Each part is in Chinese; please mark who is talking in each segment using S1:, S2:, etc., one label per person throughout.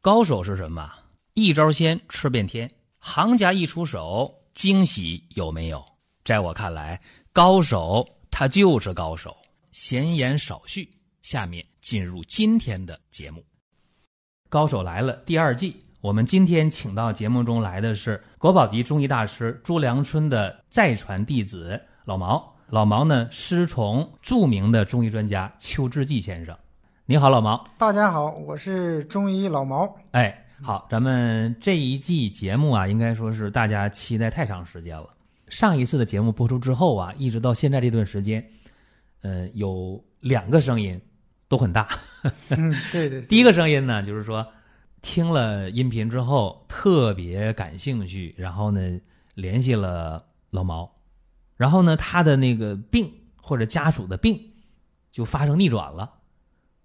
S1: 高手是什么？一招鲜吃遍天，行家一出手，惊喜有没有？在我看来，高手他就是高手。闲言少叙，下面进入今天的节目。《高手来了》第二季，我们今天请到节目中来的是国宝级中医大师朱良春的再传弟子老毛。老毛呢，师从著名的中医专家邱志济先生。你好，老毛。
S2: 大家好，我是中医老毛。
S1: 哎，好，咱们这一季节目啊，应该说是大家期待太长时间了。上一次的节目播出之后啊，一直到现在这段时间，呃，有两个声音都很大。
S2: 嗯，对对，对
S1: 第一个声音呢，就是说听了音频之后特别感兴趣，然后呢联系了老毛，然后呢他的那个病或者家属的病就发生逆转了，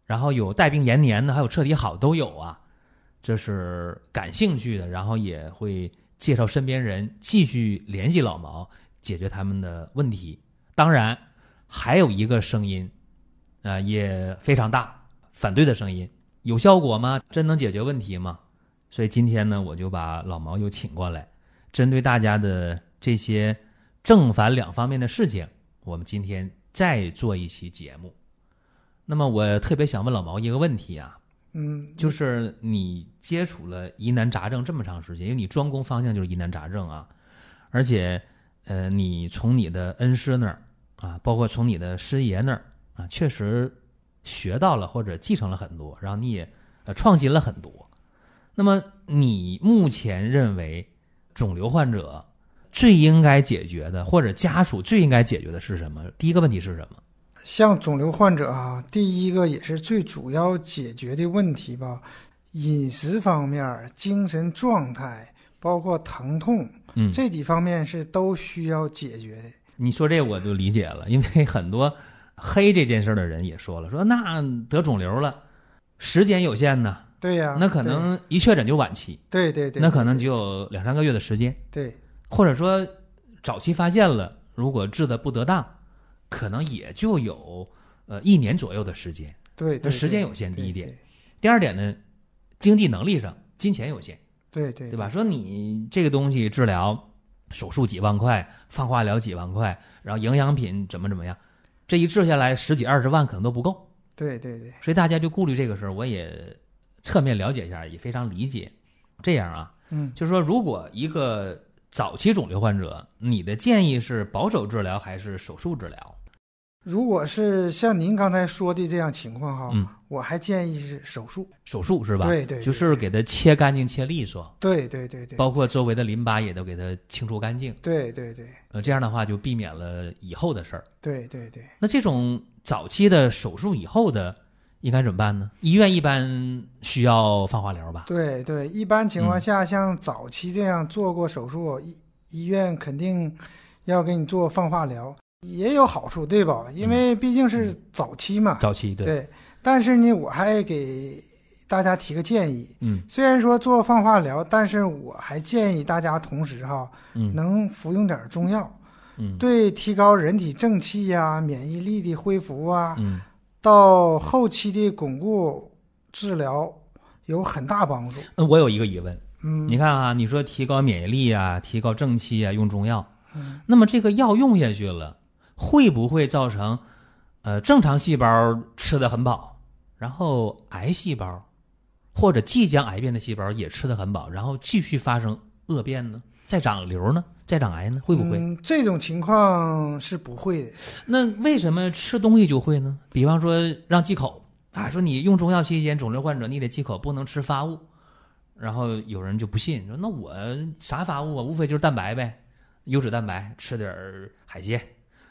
S1: 然后有带病延年的，还有彻底好都有啊，这是感兴趣的，然后也会介绍身边人继续联系老毛解决他们的问题。当然，还有一个声音，呃，也非常大，反对的声音。有效果吗？真能解决问题吗？所以今天呢，我就把老毛又请过来，针对大家的这些正反两方面的事情，我们今天再做一期节目。那么我特别想问老毛一个问题啊，
S2: 嗯，
S1: 就是你接触了疑难杂症这么长时间，因为你专攻方向就是疑难杂症啊，而且呃，你从你的恩师那儿啊，包括从你的师爷那儿啊，确实学到了或者继承了很多，然后你也呃创新了很多。那么你目前认为肿瘤患者最应该解决的，或者家属最应该解决的是什么？第一个问题是什么？
S2: 像肿瘤患者啊，第一个也是最主要解决的问题吧，饮食方面、精神状态，包括疼痛，
S1: 嗯
S2: 这几方面是都需要解决的。
S1: 你说这我就理解了，因为很多黑这件事儿的人也说了，说那得肿瘤了，时间有限呢，
S2: 啊对呀、
S1: 那可能一确诊就晚期，
S2: 对对对，
S1: 那可能
S2: 对
S1: 只有两三个月的时间，
S2: 对
S1: 或者说早期发现了，如果治的不得当，可能也就有呃一年左右的时间。
S2: 对对，
S1: 时间有
S2: 对
S1: 限，第一点。，第二点呢，经济能力上，金钱有限，
S2: 对对
S1: 对吧？？说你这个东西治疗，手术几万块，放化疗几万块，然后营养品怎么怎么样，这一治下来十几二十万可能都不够，
S2: 对对对，
S1: 所以大家就顾虑这个事儿。我也侧面了解一下，也非常理解。这样啊，
S2: 嗯，
S1: 就是说，如果一个早期肿瘤患者，你的建议是保守治疗还是手术治疗？
S2: 如果是像您刚才说的这样情况哈，
S1: 嗯
S2: 我还建议是手术。
S1: 手术是吧？
S2: 哦对对，对
S1: 就是给它切干净、切利索。
S2: 对对对对，
S1: 包括周围的淋巴也都给它清除干净。
S2: 对对对
S1: 呃，这样的话就避免了以后的事儿。
S2: 对对对。
S1: 那这种早期的手术以后的，应该怎么办呢？医院一般需要放化疗吧？
S2: 对对，一般情况
S1: 嗯
S2: 下，像早期这样做过手术，医医院肯定要给你做放化疗，也有好处，对吧？因为毕竟是早期嘛。
S1: 早期嗯对，
S2: 对，但是呢，我还给大家提个建议，
S1: 嗯
S2: 虽然说做放化疗，但是我还建议大家同时哈，
S1: 嗯
S2: 能服用点儿中药，
S1: 嗯
S2: 对提高人体正气呀、免疫力的恢复啊，
S1: 嗯，
S2: 到后期的巩固治疗有很大帮助。
S1: 那呃我有一个疑问，
S2: 嗯，
S1: 你看啊，你说提高免疫力啊，提高正气啊，用中药，
S2: 嗯
S1: 那么这个药用下去了，会不会造成呃正常细胞吃的很饱，然后癌细胞或者即将癌变的细胞也吃的很饱，然后继续发生恶变呢？再长瘤呢？再长癌呢？会不会？
S2: 嗯？这种情况是不会的。
S1: 那为什么吃东西就会呢？比方说让忌口啊，说你用中药期间，肿瘤患者你得忌口，不能吃发物。然后有人就不信，说那我啥发物啊？无非就是蛋白呗，优质蛋白，吃点儿海鲜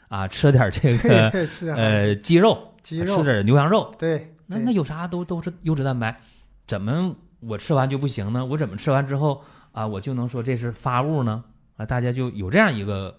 S1: 啊，吃点儿这 个
S2: 对，是啊，
S1: 呃鸡肉，
S2: 鸡肉
S1: 吃点儿牛羊肉，
S2: 对，
S1: 那
S2: 对
S1: 那有啥都都是优质蛋白，怎么我吃完就不行呢？我怎么吃完之后啊，我就能说这是发物呢？啊，大家就有这样一个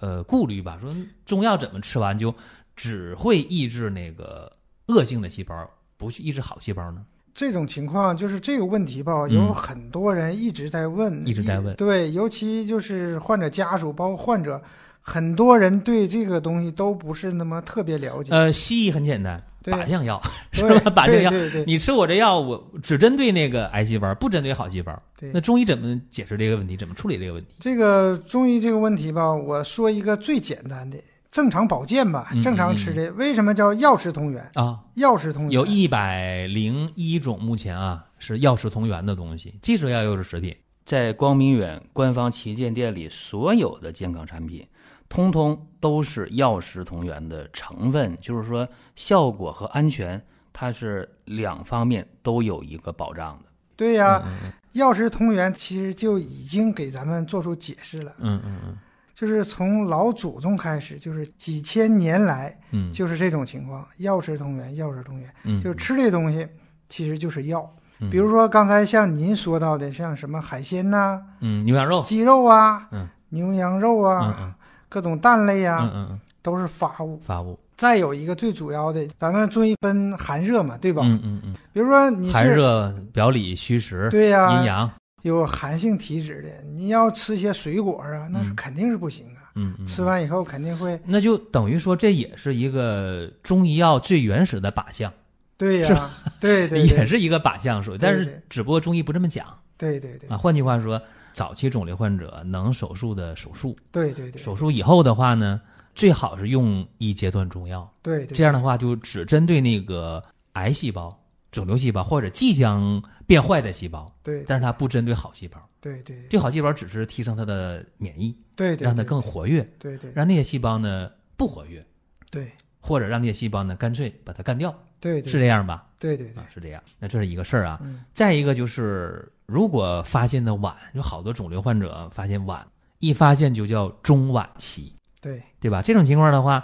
S1: 呃顾虑吧，说中药怎么吃完就只会抑制那个恶性的细胞，不去抑制好细胞呢？
S2: 这种情况就是这个问题吧，
S1: 嗯
S2: 有很多人一直在问，
S1: 一直在问
S2: 对，尤其就是患者家属，包括患者，很多人对这个东西都不是那么特别了解。
S1: 呃呃，西医很简单，
S2: 对
S1: 靶向药是
S2: 对
S1: 吧？靶向
S2: 对
S1: 药，
S2: 对对
S1: 你吃我这药，我只针对那个癌细胞，不针对好细胞。
S2: 对
S1: 那中医怎么解释这个问题？怎么处理这个问题？
S2: 这个中医这个问题吧，我说一个最简单的，正常保健吧
S1: 嗯，
S2: 正常吃的，为什么叫药食同源？
S1: 啊，
S2: 药食
S3: 嗯
S2: 同源
S1: 有一百零一种，目前啊是药食同源的东西，既是药又是食品。
S3: 在光明远官方旗舰店里，所有的健康产品，通通都是药食同源的成分，就是说效果和安全，它是两方面都有一个保障的。
S2: 对呀、
S1: 嗯嗯
S2: 药食同源其实就已经给咱们做出解释了，
S1: 嗯嗯嗯
S2: 就是从老祖宗开始，就是几千年来
S1: 嗯，
S2: 就是这种情况，药食同源，药食同源，
S1: 嗯
S2: 就是吃这东西其实就是药。
S1: 嗯
S2: 比如说刚才像您说到的，像什么海鲜呐、
S1: 嗯牛羊肉，
S2: 鸡肉啊、
S1: 嗯
S2: 牛羊肉啊、
S1: 嗯嗯
S2: 各种蛋类呀、
S1: 嗯嗯
S2: 都是发物
S1: 嗯，。发物，
S2: 再有一个最主要的，咱们中医分寒热嘛，对吧？
S1: 嗯嗯嗯，
S2: 比如说你是
S1: 寒热表里虚实，
S2: 对啊呀、
S1: 阴阳，
S2: 有寒性体质的，你要吃些水果啊，那是
S1: 嗯
S2: 肯定是不行啊。
S1: 嗯嗯，
S2: 吃完以后肯定会，
S1: 那就等于说这也是一个中医药最原始的靶向，
S2: 对
S1: 是
S2: 呀、对对
S1: 也
S2: 对
S1: 是一个靶向术，但
S2: 对
S1: 是
S2: 对
S1: 只不过中医不这么讲
S2: 对对对
S1: 啊。换句话说，早期肿瘤患者能手术的手术，
S2: 对对对
S1: 手术以后的话呢，最好是用一阶段中药，
S2: 对对，
S1: 这样的话就只针对那个癌细胞、肿瘤细胞或者即将变坏的细胞，
S2: 对
S1: 但是它不针对好细胞。
S2: 对对
S1: 对好细胞只是提升它的免疫，
S2: 对对，
S1: 让它更活跃，
S2: 对对
S1: 让那些细胞呢不活跃，
S2: 对
S1: 或者让那些细胞呢干脆把它干掉，
S2: 对对
S1: 是这样吧？
S2: 对对对
S1: 啊，，是这样。那这是一个事儿啊。
S2: 嗯
S1: 再一个就是，如果发现的晚，有好多肿瘤患者发现晚，一发现就叫中晚期，
S2: 对
S1: 对吧？这种情况的话，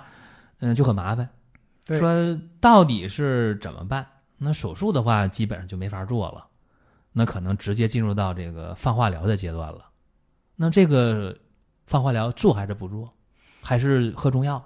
S1: 嗯，就很麻烦。
S2: 对
S1: 说到底是怎么办？那手术的话，基本上就没法做了，那可能直接进入到这个放化疗的阶段了。那这个放化疗做还是不做？还是喝中药？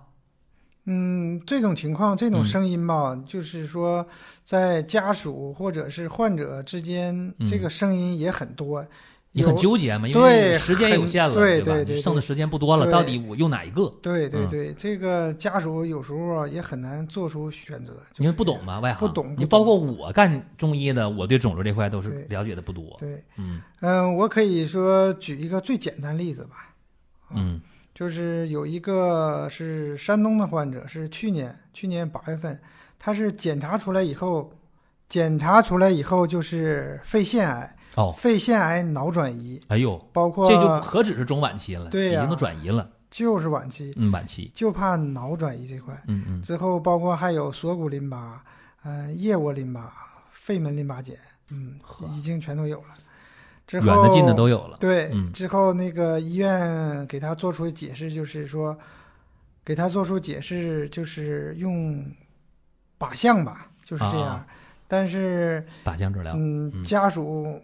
S2: 嗯，这种情况这
S1: 嗯
S2: 种声音吧，就是说在家属或者是患者之间，
S1: 嗯
S2: 这个声音也很多，
S1: 你很
S2: 有
S1: 纠结嘛，因为
S2: 对
S1: 时间有限了，
S2: 很对
S1: 吧？
S2: 对对
S1: 你剩的时间不多了，
S2: 对
S1: 到底我用哪一个？
S2: 对对
S1: 嗯
S2: 对，这个家属有时候啊也很难做出选择，就是
S1: 因为不懂嘛，外行
S2: 不懂不懂
S1: 你包括我干中医的，我对肿瘤这块都是
S2: 对
S1: 了解的不多
S2: 这。样。对，
S1: 嗯
S2: 嗯，我可以说举一个最简单例子吧，
S1: 嗯
S2: 就是有一个是山东的患者，是去年去年八月份，他是检查出来以后，检查出来以后就是肺腺癌，
S1: 哦，
S2: 肺腺癌脑转移，
S1: 哎呦，
S2: 包括
S1: 这就何止是中晚期了，
S2: 对
S1: 已
S2: 呀
S1: 经都转移了，
S2: 就是晚期，
S1: 嗯，晚期，
S2: 就怕脑转移这块，
S1: 嗯嗯
S2: 之后包括还有锁骨淋巴，呃，腋窝淋巴、肺门淋巴结，嗯
S1: 呵，
S2: 已经全都有了。之，后
S1: 远的近的都有了。
S2: 对
S1: 嗯，
S2: 之后那个医院给他做出解释，就是说，给他做出解释就是用靶向吧，就是这样
S1: 啊。
S2: 但是，
S1: 靶向治疗，嗯
S2: 嗯，家属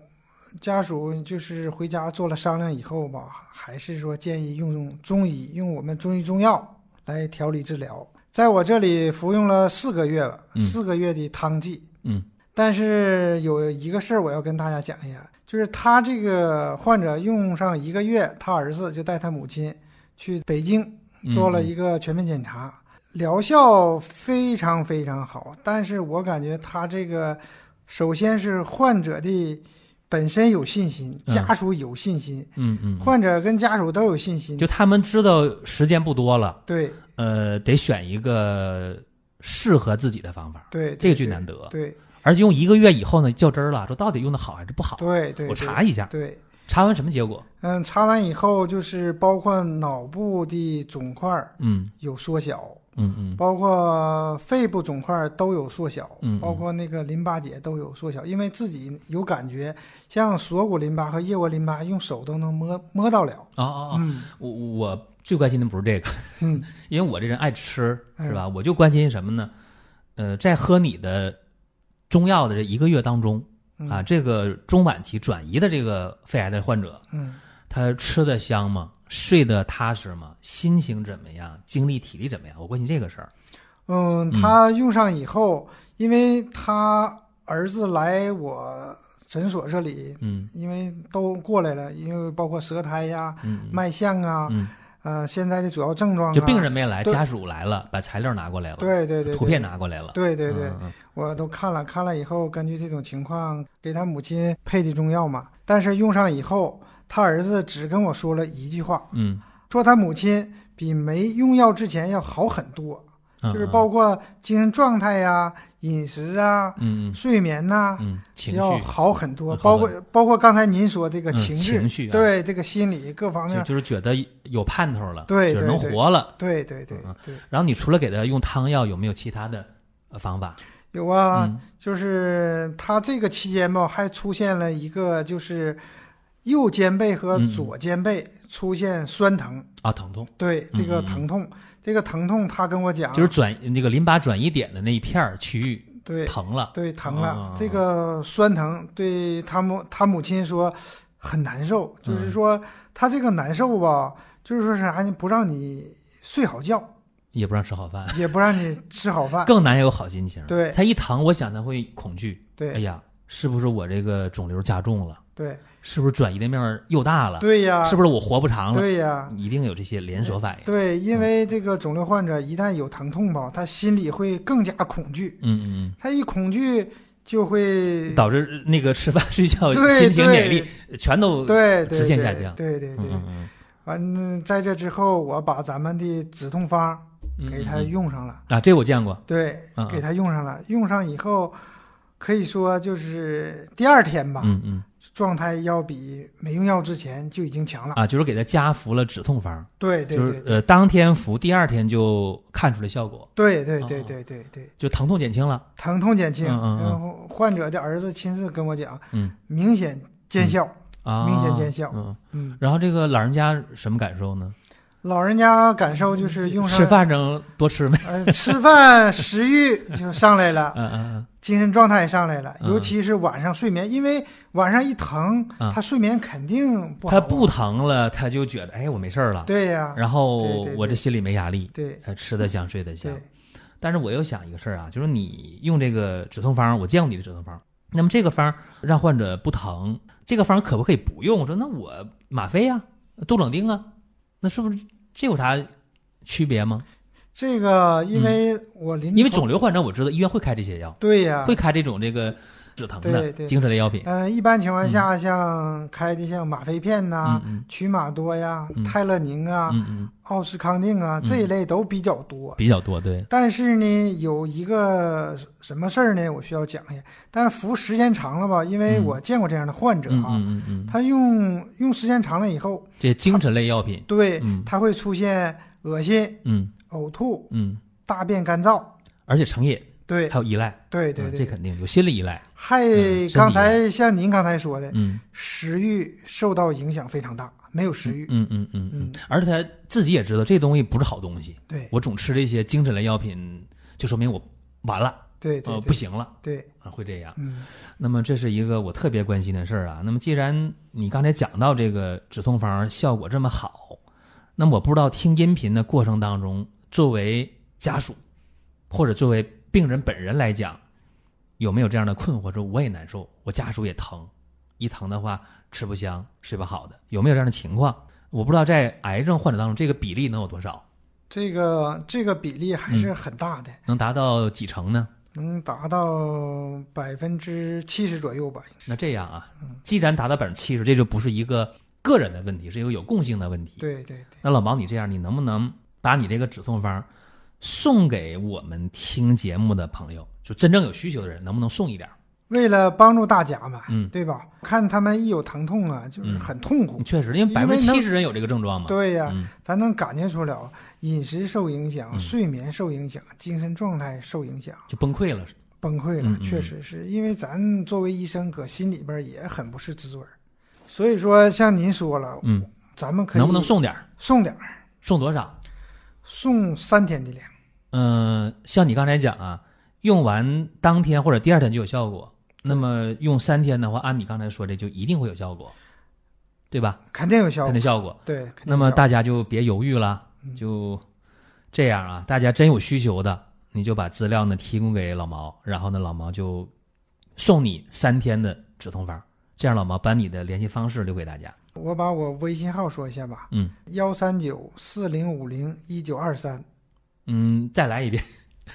S2: 家属就是回家做了商量以后吧，还是说建议用用中医，用我们中医中药来调理治疗。在我这里服用了四个月了，
S1: 嗯
S2: 四个月的汤剂，
S1: 嗯
S2: 但是有一个事儿我要跟大家讲一下，就是他这个患者用上一个月，他儿子就带他母亲去北京
S1: 嗯
S2: 做了一个全面检查，疗效非常非常好。但是我感觉他这个，首先是患者的本身有信心，
S1: 嗯
S2: 家属有信心，
S1: 嗯嗯，嗯
S2: 患者跟家属都有信心。
S1: 就他们知道时间不多了，
S2: 对
S1: 呃，得选一个适合自己的方法，
S2: 对，
S1: 这个
S2: 对
S1: 最难。得。
S2: 对
S1: 而且用一个月以后呢，较真儿了，说到底用的好还是不好？
S2: 对对，
S1: 我
S2: 对
S1: 查一下，
S2: 对。
S1: 查完什么结果？
S2: 嗯，查完以后就是包括脑部的肿块儿
S1: 嗯
S2: 有缩小，
S1: 嗯嗯
S2: 包括肺部肿块都有缩小，
S1: 嗯嗯
S2: 包括那个淋巴结都有缩小，因为自己有感觉，像锁骨淋巴和腋窝淋巴用手都能摸摸到了。
S1: 哦哦哦，
S2: 嗯
S1: 我我最关心的不是这个，
S2: 嗯，
S1: 因为我这人爱吃，
S2: 哎
S1: 是吧？我就关心什么呢？呃，在喝你的中药的这一个月当中
S2: 嗯
S1: 啊，，这个中晚期转移的这个肺癌的患者，
S2: 嗯，
S1: 他吃的香吗？睡得踏实吗？心情怎么样？精力体力怎么样？我关心这个事儿。
S2: 嗯，他用上以后，因为他儿子来我诊所这里，
S1: 嗯
S2: 因为都过来了，因为包括舌苔呀、
S1: 嗯嗯
S2: 脉象啊，
S1: 嗯
S2: 呃，现在的主要症状、啊，
S1: 就病人没来，
S2: 对
S1: 家属来了，把材料拿过来了，
S2: 对对对，
S1: 图
S2: 对
S1: 片，拿过来了，
S2: 对对对，
S1: 嗯嗯
S2: 我都看了，看了以后，根据这种情况给他母亲配的中药嘛。但是用上以后，他儿子只跟我说了一句话，
S1: 嗯，
S2: 说他母亲比没用药之前要好很多，
S1: 嗯
S2: 就是包括精神状态呀、饮食啊、
S1: 嗯嗯
S2: 睡眠呐、
S1: 嗯情
S2: 要
S1: 绪，
S2: 啊好很多。
S1: 嗯
S2: 包
S1: 好
S2: 括
S1: 很
S2: 包括刚才您说这个
S1: 嗯
S2: 情绪，
S1: 情绪啊
S2: 对这个心理各方
S1: 就
S2: 面，
S1: 就是觉得有盼头了，
S2: 对
S1: 就是
S2: 对
S1: 能
S2: 对
S1: 活了。
S2: 对对对
S1: 嗯
S2: 对，
S1: 然后你除了给他用汤药，有没有其他的呃方法？
S2: 有啊。
S1: 嗯
S2: 就是他这个期间吧，还出现了一个就是右肩背和
S1: 嗯
S2: 左肩背出现酸疼，
S1: 啊，疼痛
S2: 对这个疼痛，这个疼痛他跟我讲，
S1: 嗯就是转那个淋巴转移点的那一片儿区域
S2: 对
S1: 疼了，
S2: 对疼了，
S1: 啊
S2: 这个酸疼对他母他母亲说很难受，
S1: 嗯
S2: 就是说他这个难受吧，就是说啥呢，不让你睡好觉，
S1: 也不让吃好饭，
S2: 也不让你吃好饭，
S1: 更难有好心情。
S2: 对
S1: 他一疼，我想他会恐惧，哎
S2: 对
S1: 呀，是不是我这个肿瘤加重了？
S2: 对
S1: 是不是转移的面儿又大了？
S2: 对呀，
S1: 是不是我活不长了？
S2: 对呀，
S1: 一定有这些连锁反应。
S2: 对，因为这个肿瘤患者一旦有疼痛吧，他心里会更加恐惧，
S1: 嗯嗯
S2: 他一恐惧就会
S1: 嗯，导致那个吃饭睡觉、
S2: 对
S1: 心情、
S2: 对
S1: 免疫力全都
S2: 对对
S1: 直线
S2: 对
S1: 下降
S2: 对对
S1: 嗯
S2: 对。
S1: 嗯
S2: 完、在这之后，我把咱们的止痛方
S1: 嗯
S2: 给他
S1: 嗯嗯
S2: 用上了，
S1: 啊，这我见过，
S2: 对，
S1: 嗯
S2: 给他用上了。用上以后，可以说就是第二天吧，
S1: 嗯嗯
S2: 状态要比没用药之前就已经强了。
S1: 啊，就是给他加服了止痛方，
S2: 对对
S1: 就是
S2: 对
S1: 呃当天服，第二天就看出来效果，
S2: 对对
S1: 哦
S2: 对
S1: 哦
S2: 对对对，
S1: 就疼痛减轻了。
S2: 疼痛减轻。
S1: 嗯嗯嗯
S2: 然后患者的儿子亲自跟我讲，
S1: 嗯
S2: 明显见效。
S1: 啊，
S2: 明显见效
S1: 嗯，
S2: 嗯
S1: 然后这个老人家什么感受呢？
S2: 老人家感受就是用上
S1: 吃，饭能多吃没？
S2: 呃，吃饭食欲就上 来了，
S1: 嗯嗯
S2: 精神状态也上来了，
S1: 嗯
S2: 尤其是晚上睡眠，因为晚上一疼，
S1: 嗯
S2: 他睡眠肯定不
S1: 嗯，
S2: 好
S1: 他
S2: 啊。
S1: 不疼嗯了，他就觉得哎我没事儿了，
S2: 对呀、
S1: 然后
S2: 对对对
S1: 我这心里没压力，
S2: 对
S1: 呃吃得香睡得香
S2: 对。，
S1: 但是我又想一个事儿啊，就是你用这个止痛方，我见过你的止痛方。那么这个方让患者不疼，这个方可不可以不用？我说那我吗啡啊，杜冷丁啊，那是不是这有啥区别吗？
S2: 这个因为我临
S1: 嗯因为
S2: 床
S1: 肿瘤患者我知道医院会开这些药，
S2: 对呀、
S1: 会开这种这个止疼
S2: 对
S1: 的
S2: 对
S1: 精神类药品。
S2: 嗯、一般情况下，像开的像吗啡片呐、
S1: 嗯嗯
S2: 曲马多呀、
S1: 嗯
S2: 泰勒宁啊、
S1: 嗯嗯，
S2: 奥司康定啊这一类都比较多。
S1: 比较多对。
S2: 但是呢，有一个什么事儿呢？我需要讲一下。但服时间长了吧，因为
S1: 嗯
S2: 我见过这样的患者
S1: 嗯
S2: 啊，
S1: 嗯嗯嗯，
S2: 他用用时间长了以后，
S1: 这精神类药品。
S2: 对、
S1: 嗯
S2: 他会出现恶心、
S1: 嗯
S2: 呕吐、
S1: 嗯，
S2: 大便干燥，
S1: 而且成瘾，
S2: 对
S1: 还有依赖，
S2: 对对
S1: 嗯
S2: 对，
S1: 这肯定有心理依赖。
S2: 还
S1: 嗯
S2: 刚才像您刚才说的，
S1: 嗯
S2: 食欲受到影响非常大，没有食欲，
S1: 嗯嗯嗯嗯
S2: 嗯，
S1: 而且他自己也知道这东西不是好东西。
S2: 对
S1: 我总吃这些精神类药品，就说明我完了，
S2: 对对
S1: 呃，
S2: 对，
S1: 不，行了
S2: 对，
S1: 啊，会这样。
S2: 嗯
S1: 那么这是一个我特别关心的事儿啊。那么既然你刚才讲到这个止痛方效果这么好，那么我不知道听音频的过程当中，作为家属或者作为病人本人来讲，有没有这样的困惑？说我也难受，我家属也疼，一疼的话吃不香、睡不好的，有没有这样的情况？我不知道在癌症患者当中，这个比例能有多少？
S2: 这个这个比例还
S1: 嗯
S2: 是很大的。
S1: 能达到几成呢？
S2: 能达到百分之七十左右吧，
S1: 那这样啊，既然达到百分之七十，这就不是一个个人的问题，是一个有共性的问题。
S2: 对对对，
S1: 那老毛，你这样，你能不能把你这个止痛方送给我们听节目的朋友，就真正有需求的人，能不能送一点儿？
S2: 为了帮助大家嘛，
S1: 嗯
S2: 对吧？看他们一有疼痛啊，就是
S1: 嗯
S2: 很痛苦。
S1: 确实，因为百
S2: 因
S1: 分
S2: 为
S1: 之
S2: 能
S1: 七十人有这个症状嘛。
S2: 对呀、
S1: 嗯
S2: 咱能感觉出了，饮食受影响，
S1: 嗯
S2: 睡眠受影响，精神状态受影响，
S1: 就崩溃了。
S2: 崩溃了。
S1: 嗯嗯
S2: 确实是因为咱作为医生，搁心里边也很不是滋味儿。所以说，像您说了，
S1: 嗯，
S2: 咱们哦可以
S1: 能不能送点儿？
S2: 送点儿，
S1: 送多少？
S2: 送三天的量？
S1: 嗯、像你刚才讲啊，用完当天或者第二天就有效果。那么用三天的话，按你刚才说的，就一定会有效果，对吧？
S2: 肯定有效
S1: 肯
S2: 果
S1: 定。效果。
S2: 对，肯定
S1: 那么
S2: 有效
S1: 大家就别犹豫了，
S2: 嗯
S1: 就这样啊。大家真有需求的，你就把资料呢提供给老毛，然后呢，老毛就送你三天的止痛方。这样，老毛把你的联系方式留给大家。
S2: 果我把我微信号说一下吧，
S1: 嗯
S2: 幺三九四零五零一九二三，
S1: 嗯，再来一遍，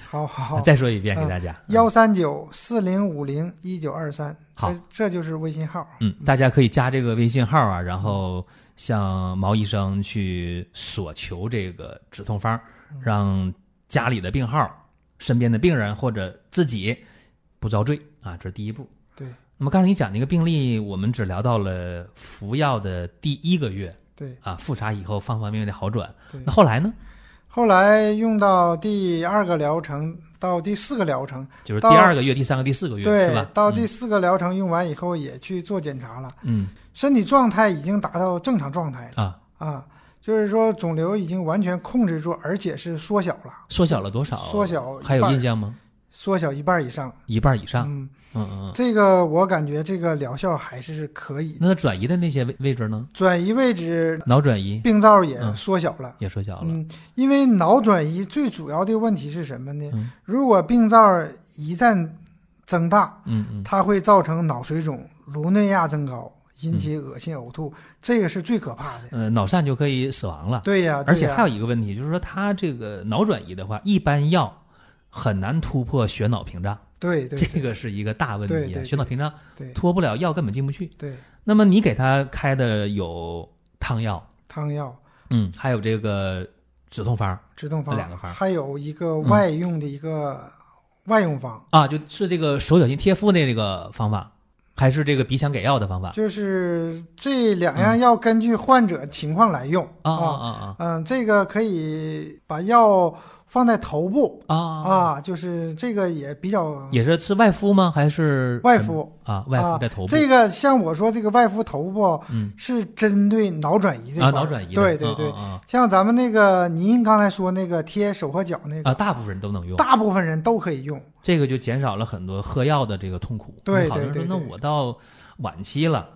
S2: 好好好，
S1: 啊再说一遍
S2: 嗯
S1: 给大家。
S2: 幺三九四零五零一九二三，
S1: 好
S2: 这这就是微信号。
S1: 嗯，大家可以加这个微信号啊，然后向毛医生去索求这个止痛方，
S2: 嗯
S1: 让家里的病号、身边的病人或者自己不遭罪啊，这是第一步。
S2: 对
S1: 那么刚才你讲那个病例，我们只聊到了服药的第一个月
S2: 对
S1: 啊，复查以后方方面面的好转。
S2: 对
S1: 那，后来呢？
S2: 后来用到第二个疗程到第四个疗程，
S1: 就是第
S2: 到
S1: 二个月、第三个、第四个月是
S2: 对
S1: 吧，？
S2: 到第四个疗程用完以后也去做检查了，
S1: 嗯
S2: 身体状态已经达到正常状态了
S1: 嗯啊，
S2: 啊，就是说肿瘤已经完全控制住，而且是缩小了，
S1: 缩小了多少？
S2: 缩小一
S1: 还有
S2: 半
S1: 印象吗？
S2: 缩小一半以上。
S1: 一半以上。
S2: 嗯，
S1: 嗯嗯嗯。
S2: 这个我感觉这个疗效还是可以的，
S1: 那它转移的那些位位置呢？
S2: 转移位置
S1: 脑转移
S2: 病灶也
S1: 嗯
S2: 缩小了。
S1: 也缩小了。
S2: 嗯，因为脑转移最主要的问题是什么呢？
S1: 嗯
S2: 如果病灶一旦增大，
S1: 嗯嗯
S2: 它会造成脑水肿、颅内压增高，引起
S1: 嗯
S2: 恶心、呕吐，这个是最可怕的。
S1: 呃，脑疝就可以死亡了。
S2: 对呀、啊
S1: 而且还有
S2: 有
S1: 一个问题，就是说它这个脑转移的话，一般药很难突破血脑屏障，
S2: 对对
S1: 这个是一个大问
S2: 对
S1: 题啊。
S2: 对对
S1: 血脑屏障
S2: 对
S1: 脱不了药，根本进不去。
S2: 对，
S1: 那么你给他开的有汤药，
S2: 汤药、
S1: 嗯，还有这个止痛方
S2: 止痛方，
S1: 这两个方嗯
S2: 还有一个外用的一个外用方，
S1: 啊，就是这个手脚心贴敷的这个方法，还是这个鼻腔给药的方法
S2: 就是这两样药根据患者情况来用
S1: 嗯啊啊
S2: 嗯，这个可以把药放在头部
S1: 啊啊！
S2: 啊，就是这个也比较
S1: 也是是外敷吗？还是
S2: 外敷。
S1: 啊？外
S2: 啊
S1: 敷在头部，
S2: 这个像我说这个外敷头部啊
S1: 嗯
S2: 是针对脑转移这块
S1: 啊，
S2: 儿
S1: 脑转移的
S2: 对对对，
S1: 啊啊啊
S2: 像咱们那个您刚才说那个贴手和脚那个，
S1: 啊，大部分人都能用。
S2: 大部分人都可以用。
S1: 这个就减少了很多喝药的这个痛苦。
S2: 对
S1: 你好多人
S2: 对
S1: 说，
S2: 对
S1: 那
S2: 对
S1: 我到晚期了，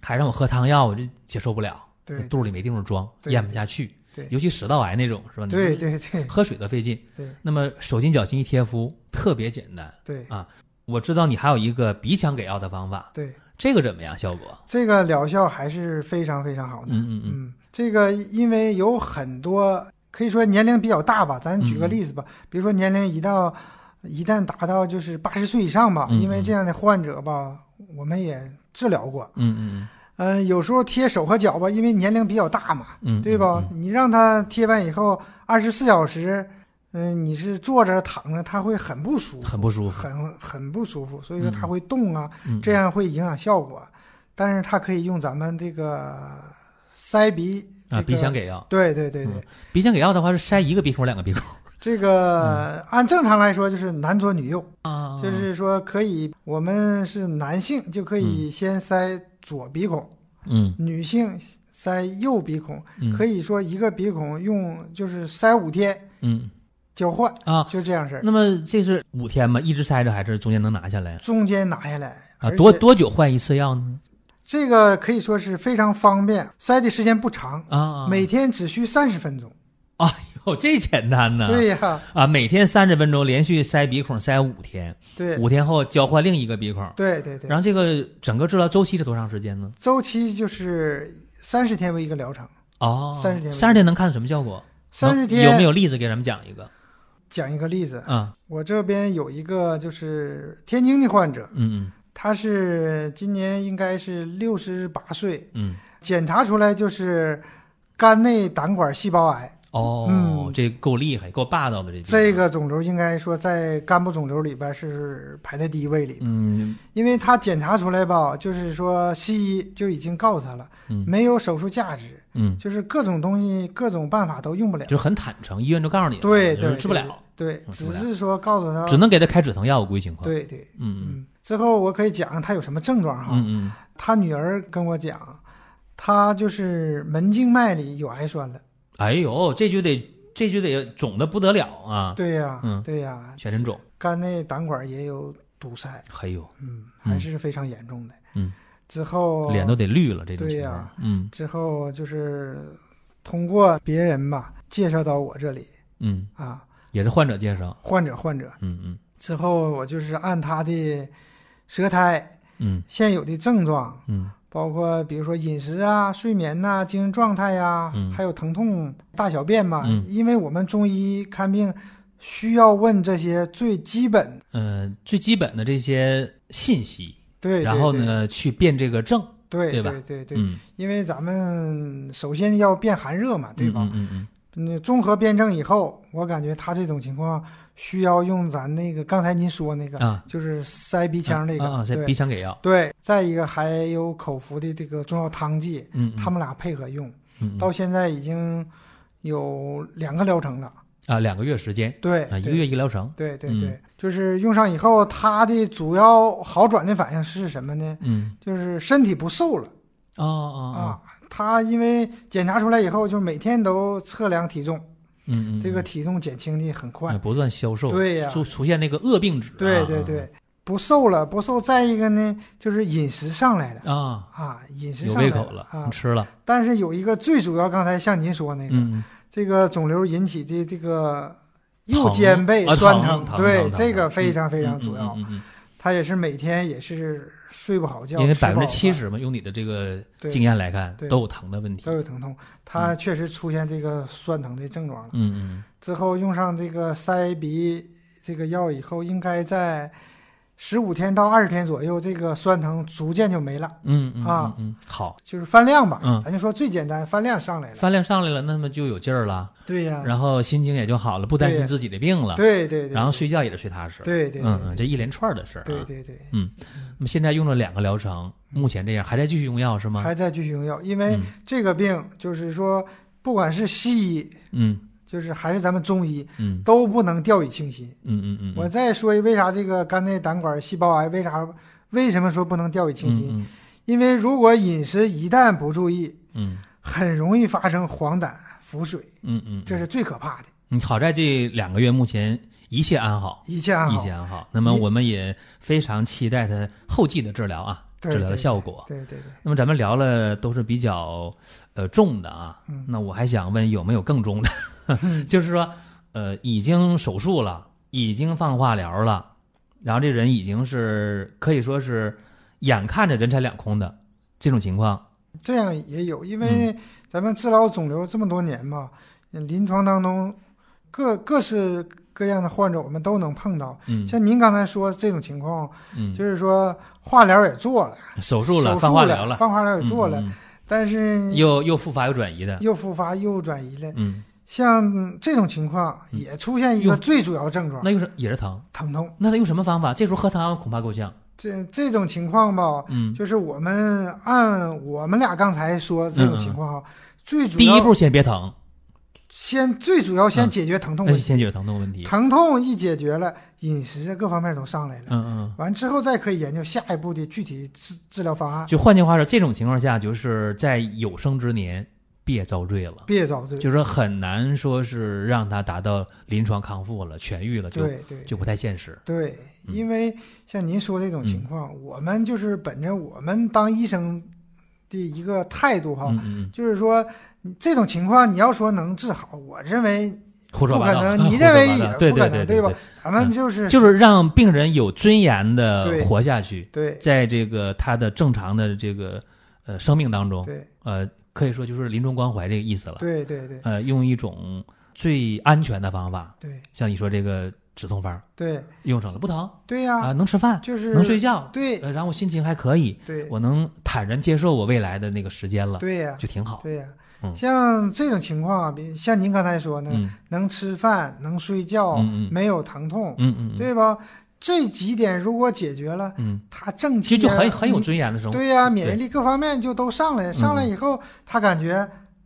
S1: 还让我喝汤药，我就接受不了，
S2: 对
S1: 我肚里没地方装，
S2: 对
S1: 咽不下去。
S2: 对
S1: 尤其食道癌那种是吧？你
S2: 对对对
S1: 喝水都费劲。
S2: 对
S1: 那么手心脚心一贴敷，特别简单。
S2: 对
S1: 我知道你还有一个鼻腔给药的方法，
S2: 对，
S1: 这个怎么样？效果？
S2: 这个疗效还是非常非常好的。
S1: 嗯嗯嗯
S2: 嗯，这个因为有很多可以说年龄比较大吧，咱举个
S1: 嗯嗯
S2: 例子吧，比如说年龄一到一旦达到就是八十岁以上吧，
S1: 嗯
S2: 因为
S1: 嗯
S2: 这样的患者吧，我们也治疗过。
S1: 嗯嗯
S2: 嗯、有时候贴手和脚吧，因为年龄比较大嘛，
S1: 嗯，嗯
S2: 对吧？？你让他贴完以后，二十四小时，嗯、你是坐着躺着，他会很不舒
S1: 嗯
S2: 服，
S1: 很不舒服，
S2: 很很不舒服，所以说
S1: 嗯
S2: 他会动啊，
S1: 嗯
S2: 这样会影响效果。但是他可以用咱们这个塞鼻、这
S1: 啊，
S2: 个、
S1: 鼻腔给药，
S2: 对对对对，
S1: 嗯鼻腔给药的话是塞一个鼻孔，两个鼻孔
S2: 这个、
S1: 嗯
S2: 按正常来说就是男左女右，
S1: 啊
S2: 就是说可以，我们是男性就可以先塞左鼻孔，
S1: 嗯
S2: 女性塞右鼻孔，
S1: 嗯，
S2: 可
S1: 以
S2: 以说一个鼻孔用就是塞五天
S1: 嗯
S2: 交换，
S1: 啊，
S2: 就这样式儿，
S1: 那么这是五天吗？一直塞着还是中间能拿下来
S2: 中间拿下来
S1: 啊？
S2: 而
S1: 多
S2: 且
S1: 多久换一次药呢？
S2: 这个可以说是非常方便，塞的时间不长，
S1: 啊，
S2: 每天只需三十分钟。
S1: 哦，这简单呢。
S2: 对呀、
S1: 啊，每天三十分钟，连续塞鼻孔塞五天，
S2: 对
S1: 五天后交换另一个鼻孔。
S2: 对对对
S1: 然，后这个整个治疗周期是多长时间呢？
S2: 周期就是三十天为一个疗程，
S1: 哦，
S2: 30天
S1: 三十天能看什么效果？
S2: 三十
S1: 能
S2: 天
S1: 有没有例子给咱们讲一个？
S2: 讲一个例子，
S1: 啊，
S2: 我这边有一个就是天津的患者，
S1: 嗯
S2: 他是今年应该是六十八岁，
S1: 嗯嗯，
S2: 检查出来就是肝内胆管细胞癌，
S1: 哦，
S2: 嗯
S1: 这够厉害，够霸道的这地方
S2: 这，个肿瘤应该说在肝部肿瘤里边是排在第一位里，
S1: 嗯
S2: 因为他检查出来吧，就是说西医就已经告诉他了，
S1: 嗯
S2: 没有手术价值，
S1: 嗯，
S2: 就是各种东西、各种办法都用不了。
S1: 就是很坦诚，医院就告诉你了，
S2: 对
S1: 就是
S2: 对，
S1: 治不了，
S2: 对，
S1: 嗯治
S2: 只
S1: 不了
S2: 是说告诉他，
S1: 只能给他开止疼药，我估计情况。，
S2: 对对，
S1: 嗯
S2: 嗯。之后我可以讲他有什么症状
S1: 嗯
S2: 哈。
S1: 嗯嗯，
S2: 他女儿跟我讲，他就是门静脉里有癌栓了。
S1: 哎呦，这就得这就得肿的不得了啊，
S2: 对呀
S1: 嗯，
S2: 对呀，
S1: 全身肿，
S2: 肝内胆管也有堵塞，
S1: 哎呦，
S2: 嗯，
S1: 嗯
S2: 还是非常严重的。
S1: 嗯，
S2: 之后
S1: 脸都得绿了，这种
S2: 对
S1: 情
S2: 呀
S1: 况，嗯
S2: 之后就是通过别人吧介绍到我这里
S1: 嗯。
S2: 啊，
S1: 也是患者介绍。
S2: 患者患者
S1: 嗯嗯
S2: 之后，我就是按他的舌苔
S1: 嗯
S2: 现有的症状，
S1: 嗯
S2: 包括比如说饮食啊、睡眠呐、精神状态呀、
S1: 嗯
S2: 还有疼痛、大小便嘛。
S1: 嗯
S2: 因为我们中医看病需要问这些最基本，
S1: 呃，最基本的这些信息，
S2: 对，对
S1: 然后？呢去辨这个症，
S2: 对
S1: 对吧
S2: 对对对，
S1: 嗯，
S2: 因为咱们首先要辨寒热嘛，对吧？
S1: 嗯嗯嗯
S2: 你综合辩证以后，我感觉他这种情况需要用咱那个刚才您说那个，
S1: 嗯啊，
S2: 就是塞鼻
S1: 鼻
S2: 腔那个，
S1: 啊，啊这
S2: 对
S1: 鼻腔给药，
S2: 对，再一个还有口服的这个中药汤剂，
S1: 嗯，嗯
S2: 他们俩配合用，
S1: 嗯嗯
S2: 到现在已经有两个疗程了。
S1: 啊两个月时间
S2: 对，
S1: 啊，一个
S2: 对
S1: 月一个疗程，
S2: 对对
S1: 嗯
S2: 对，就是用上以后，它的主要好转的反应是什么呢？
S1: 嗯，
S2: 就是身体不受了
S1: 哦哦
S2: 啊
S1: 哦，。
S2: 他因为检查出来以后，就每天都测量体重，
S1: 嗯嗯，
S2: 这个
S1: 嗯
S2: 体重减轻的很快
S1: 哎。不断消瘦，
S2: 对呀、
S1: 出出现那个恶病指啊，
S2: 对对对，不瘦了，不瘦。再一个呢，就是饮食上来了
S1: 啊啊，
S2: 啊，饮食
S1: 有
S2: 上来
S1: 胃口了，
S2: 啊
S1: 你。吃了，
S2: 但是有一个最主要，刚才像您说那个，
S1: 嗯，
S2: 这个肿瘤引起的这个右
S1: 疼
S2: 肩背
S1: 啊
S2: 酸
S1: 疼疼
S2: 对
S1: 疼疼
S2: 这个
S1: 疼
S2: 非
S1: 嗯
S2: 常非常
S1: 嗯
S2: 主要。
S1: 嗯嗯嗯
S2: 他也是每天也是睡不好觉，
S1: 嗯因为
S2: 吃不
S1: 百
S2: 好
S1: 分之七
S2: 饭
S1: 十嘛，用你的这个
S2: 对
S1: 经验来看，
S2: 对
S1: 都有疼的问题
S2: 都，有疼痛，他确实出现这个酸疼的症状了。
S1: 嗯
S2: 之后用上这个塞鼻这个药以后，应该在十五天到二十天左右，这个酸疼逐渐就没了，
S1: 嗯嗯嗯
S2: 啊
S1: 嗯，嗯好，
S2: 就是饭量吧，
S1: 嗯
S2: 咱就说最简单，饭量上来了。
S1: 饭量上来了，那么就有劲儿了。
S2: 对呀、
S1: 然后心情也就好了，不担
S2: 对
S1: 心
S2: 呀
S1: 自己的病了，
S2: 嗯对对对，
S1: 然后睡觉也是睡踏实。
S2: 对对对
S1: 嗯嗯，这一连串的事儿、啊。
S2: 对对对，
S1: 那么现在用了两个疗程，目前这样还在继续用药是吗？
S2: 还在继续用药，因为
S1: 嗯
S2: 这个病就是说，不管是西医，
S1: 嗯
S2: 就是还是咱们中医，
S1: 嗯
S2: 都不能掉以轻心。
S1: 嗯嗯嗯，
S2: 我再说一，为啥这个肝内胆管细胞癌为啥为什么说不能掉以轻心？
S1: 嗯
S2: 因为如果饮食一旦不注意，
S1: 嗯
S2: 很容易发生黄疸、腹水，
S1: 嗯嗯，
S2: 这是最可怕的。
S1: 你好在这两个月目前一切安好，
S2: 一切安
S1: 一
S2: 好
S1: 切，安好。那么我们也非常期待它后继的治疗啊，
S2: 对
S1: 治疗的效果。
S2: 对对对，
S1: 那么咱们聊了都是比较呃重的啊，
S2: 嗯
S1: 那我还想问有没有更重的？
S2: 嗯
S1: 就是说，呃，已经手术了，已经放化疗了，然后这人已经是可以说是眼看着人财两空的这种情况，
S2: 这样也有，因为咱们治疗肿瘤这么多年嘛，临床当中各各式各样的患者我们都能碰到。
S1: 嗯
S2: 像您刚才说这种情况，
S1: 嗯，
S2: 就是说化疗也做了，
S1: 手术
S2: 手
S1: 了，
S2: 术
S1: 放化疗
S2: 了，
S1: 了，
S2: 放化疗也做了，
S1: 嗯，嗯
S2: 但是
S1: 嗯又又复发又转移的，
S2: 又复发又转移了。
S1: 嗯，
S2: 像这种情况也出现一个最主要症状，
S1: 那又是也是疼，
S2: 疼痛。
S1: 那他用什么方法？这时候喝汤恐怕够呛，
S2: 这这种情况吧，
S1: 嗯，
S2: 就是我们按我们俩刚才说这种情
S1: 嗯
S2: 况啊，最主
S1: 第
S2: 要
S1: 一步先别疼，
S2: 先最主要先
S1: 嗯
S2: 解决疼痛
S1: 那
S2: 问
S1: 是
S2: 题，
S1: 先解决疼痛问题，
S2: 疼痛一解决了，饮食各方面都上来了，
S1: 嗯嗯。
S2: 完之后再可以研究下一步的具体治治疗方案，
S1: 就换句话说，这种情况下，就是在有生之年别遭罪了。
S2: 别遭罪。
S1: 就是很难说是让他达到临床康复了、痊愈了，就
S2: 对对
S1: 就不太现实。
S2: 对，
S1: 嗯
S2: 因为像您说这种情况，我们就是本着我们当医生的一个态度哈，
S1: 嗯嗯，
S2: 就是说，你这种情况你要说能治好，我认为
S1: 胡说八道，
S2: 不可
S1: 啊
S2: 能你
S1: 胡说
S2: 认为
S1: 八道
S2: 也
S1: 对
S2: 不可
S1: 对
S2: 能
S1: 对
S2: 对吧
S1: 对
S2: 咱们就是、
S1: 嗯就是让病人有尊严
S2: 对
S1: 的活下去，
S2: 对
S1: 在这个他的正常的这个呃生命当中，
S2: 对
S1: 呃，可以说就是临终关怀这个意思了。
S2: 对对对
S1: 呃，用一种最安全的方法，
S2: 对
S1: 像你说这个止痛方
S2: 对
S1: 用上了，不疼
S2: 对呀、
S1: 啊，能吃饭，
S2: 就是
S1: 能睡觉，
S2: 对
S1: 呃，然后我心情还可以，
S2: 对
S1: 我能坦然接受我未来的那个时间了，
S2: 对呀、
S1: 就挺好。
S2: 对呀、
S1: 嗯
S2: 像这种情况啊，比像您刚才说呢，
S1: 嗯
S2: 能吃饭，能睡觉，
S1: 嗯嗯
S2: 没有疼痛，
S1: 嗯嗯，嗯，
S2: 对吧？这几点如果解决了，
S1: 嗯，
S2: 他正
S1: 其实
S2: 气
S1: 就
S2: 啊
S1: 很很有尊严的生活。
S2: 对呀、免疫力各方面就都上来，上来以后他感觉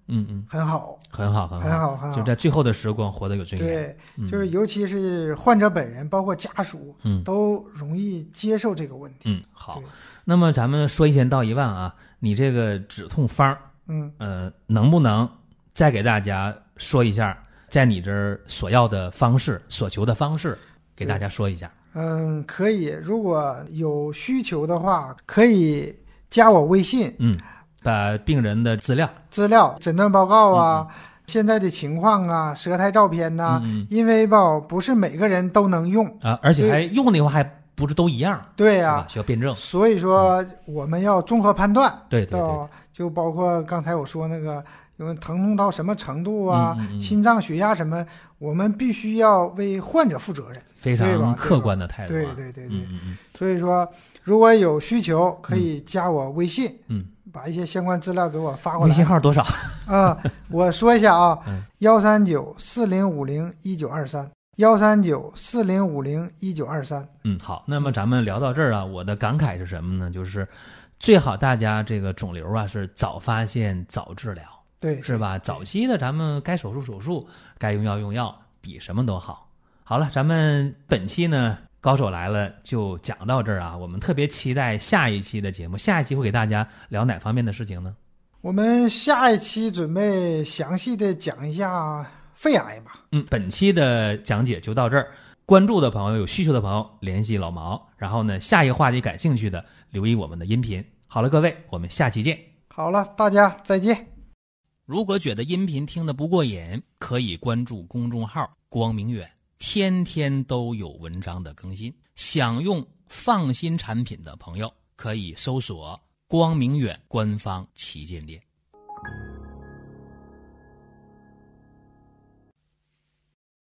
S1: 嗯嗯，
S2: 很好，
S1: 很好很
S2: 很
S1: 好，
S2: 好，很
S1: 啊就
S2: 好。
S1: 在最后的时光活得有尊严。
S2: 对，
S1: 嗯
S2: 就是尤其是患者本人，包括家属，
S1: 嗯
S2: 都容易接受这个问题。
S1: 嗯好
S2: 对。
S1: 那么咱们说一千道一万啊，你这个止痛方儿，
S2: 嗯，
S1: 呃，能不能再给大家说一下，在你这儿所要的方式、所求的方式，给大家说一下。
S2: 嗯，可以。如果有需求的话，可以加我微信，
S1: 嗯，把病人的资料，
S2: 资料、诊断报告啊，现在的情况啊，舌苔照片呐、
S1: 嗯嗯嗯嗯
S2: 因为吧，不是每个人都能用。
S1: 啊，而且还用的话还不是都一样，
S2: 对啊
S1: 是
S2: 呀、
S1: 吧？需要嗯辩证，
S2: 所以说我们要综合判断，
S1: 对对嗯对，
S2: 到就包括刚才我说那个，因为疼痛到什么程度啊，
S1: 嗯嗯嗯
S2: 心脏血压什么，我们必须要为患者负责任。
S1: 非
S2: 对吧
S1: 常
S2: 对
S1: 客
S2: 吧
S1: 观的态度、啊，
S2: 对对对对，
S1: 嗯嗯嗯
S2: 所以说如果有需求，可以加我微信，
S1: 嗯，
S2: 把一些相关资料给我发过
S1: 微信
S2: 来。
S1: 号多少？
S2: 啊、我说一下
S1: 嗯
S2: 啊，幺三九四零五零一九二三，幺三九四零五零一九二三。
S1: 嗯，好，那么咱们聊到这儿啊，我的感慨是什么呢？就是最好大家这个肿瘤啊是早发现、早治疗，
S2: 对，
S1: 是吧？早期的咱们该手术手术，该用药用药，比什么都好。好了，咱们本期呢高手来了就讲到这儿啊，我们特别期待下一期的节目，下一期会给大家聊哪方面的事情呢？
S2: 我们下一期准备详细的讲一下肺癌吧。
S1: 嗯，本期的讲解就到这儿。关注的朋友，有需求的朋友联系老毛。然后呢，下一个话题感兴趣的，留意我们的音频。好了，各位，我们下期见。
S2: 好了，大家再见。
S1: 如果觉得音频听得不过瘾，可以关注公众号“光明远”，天天都有文章的更新。想用放心产品的朋友，可以搜索“光明远”官方旗舰店。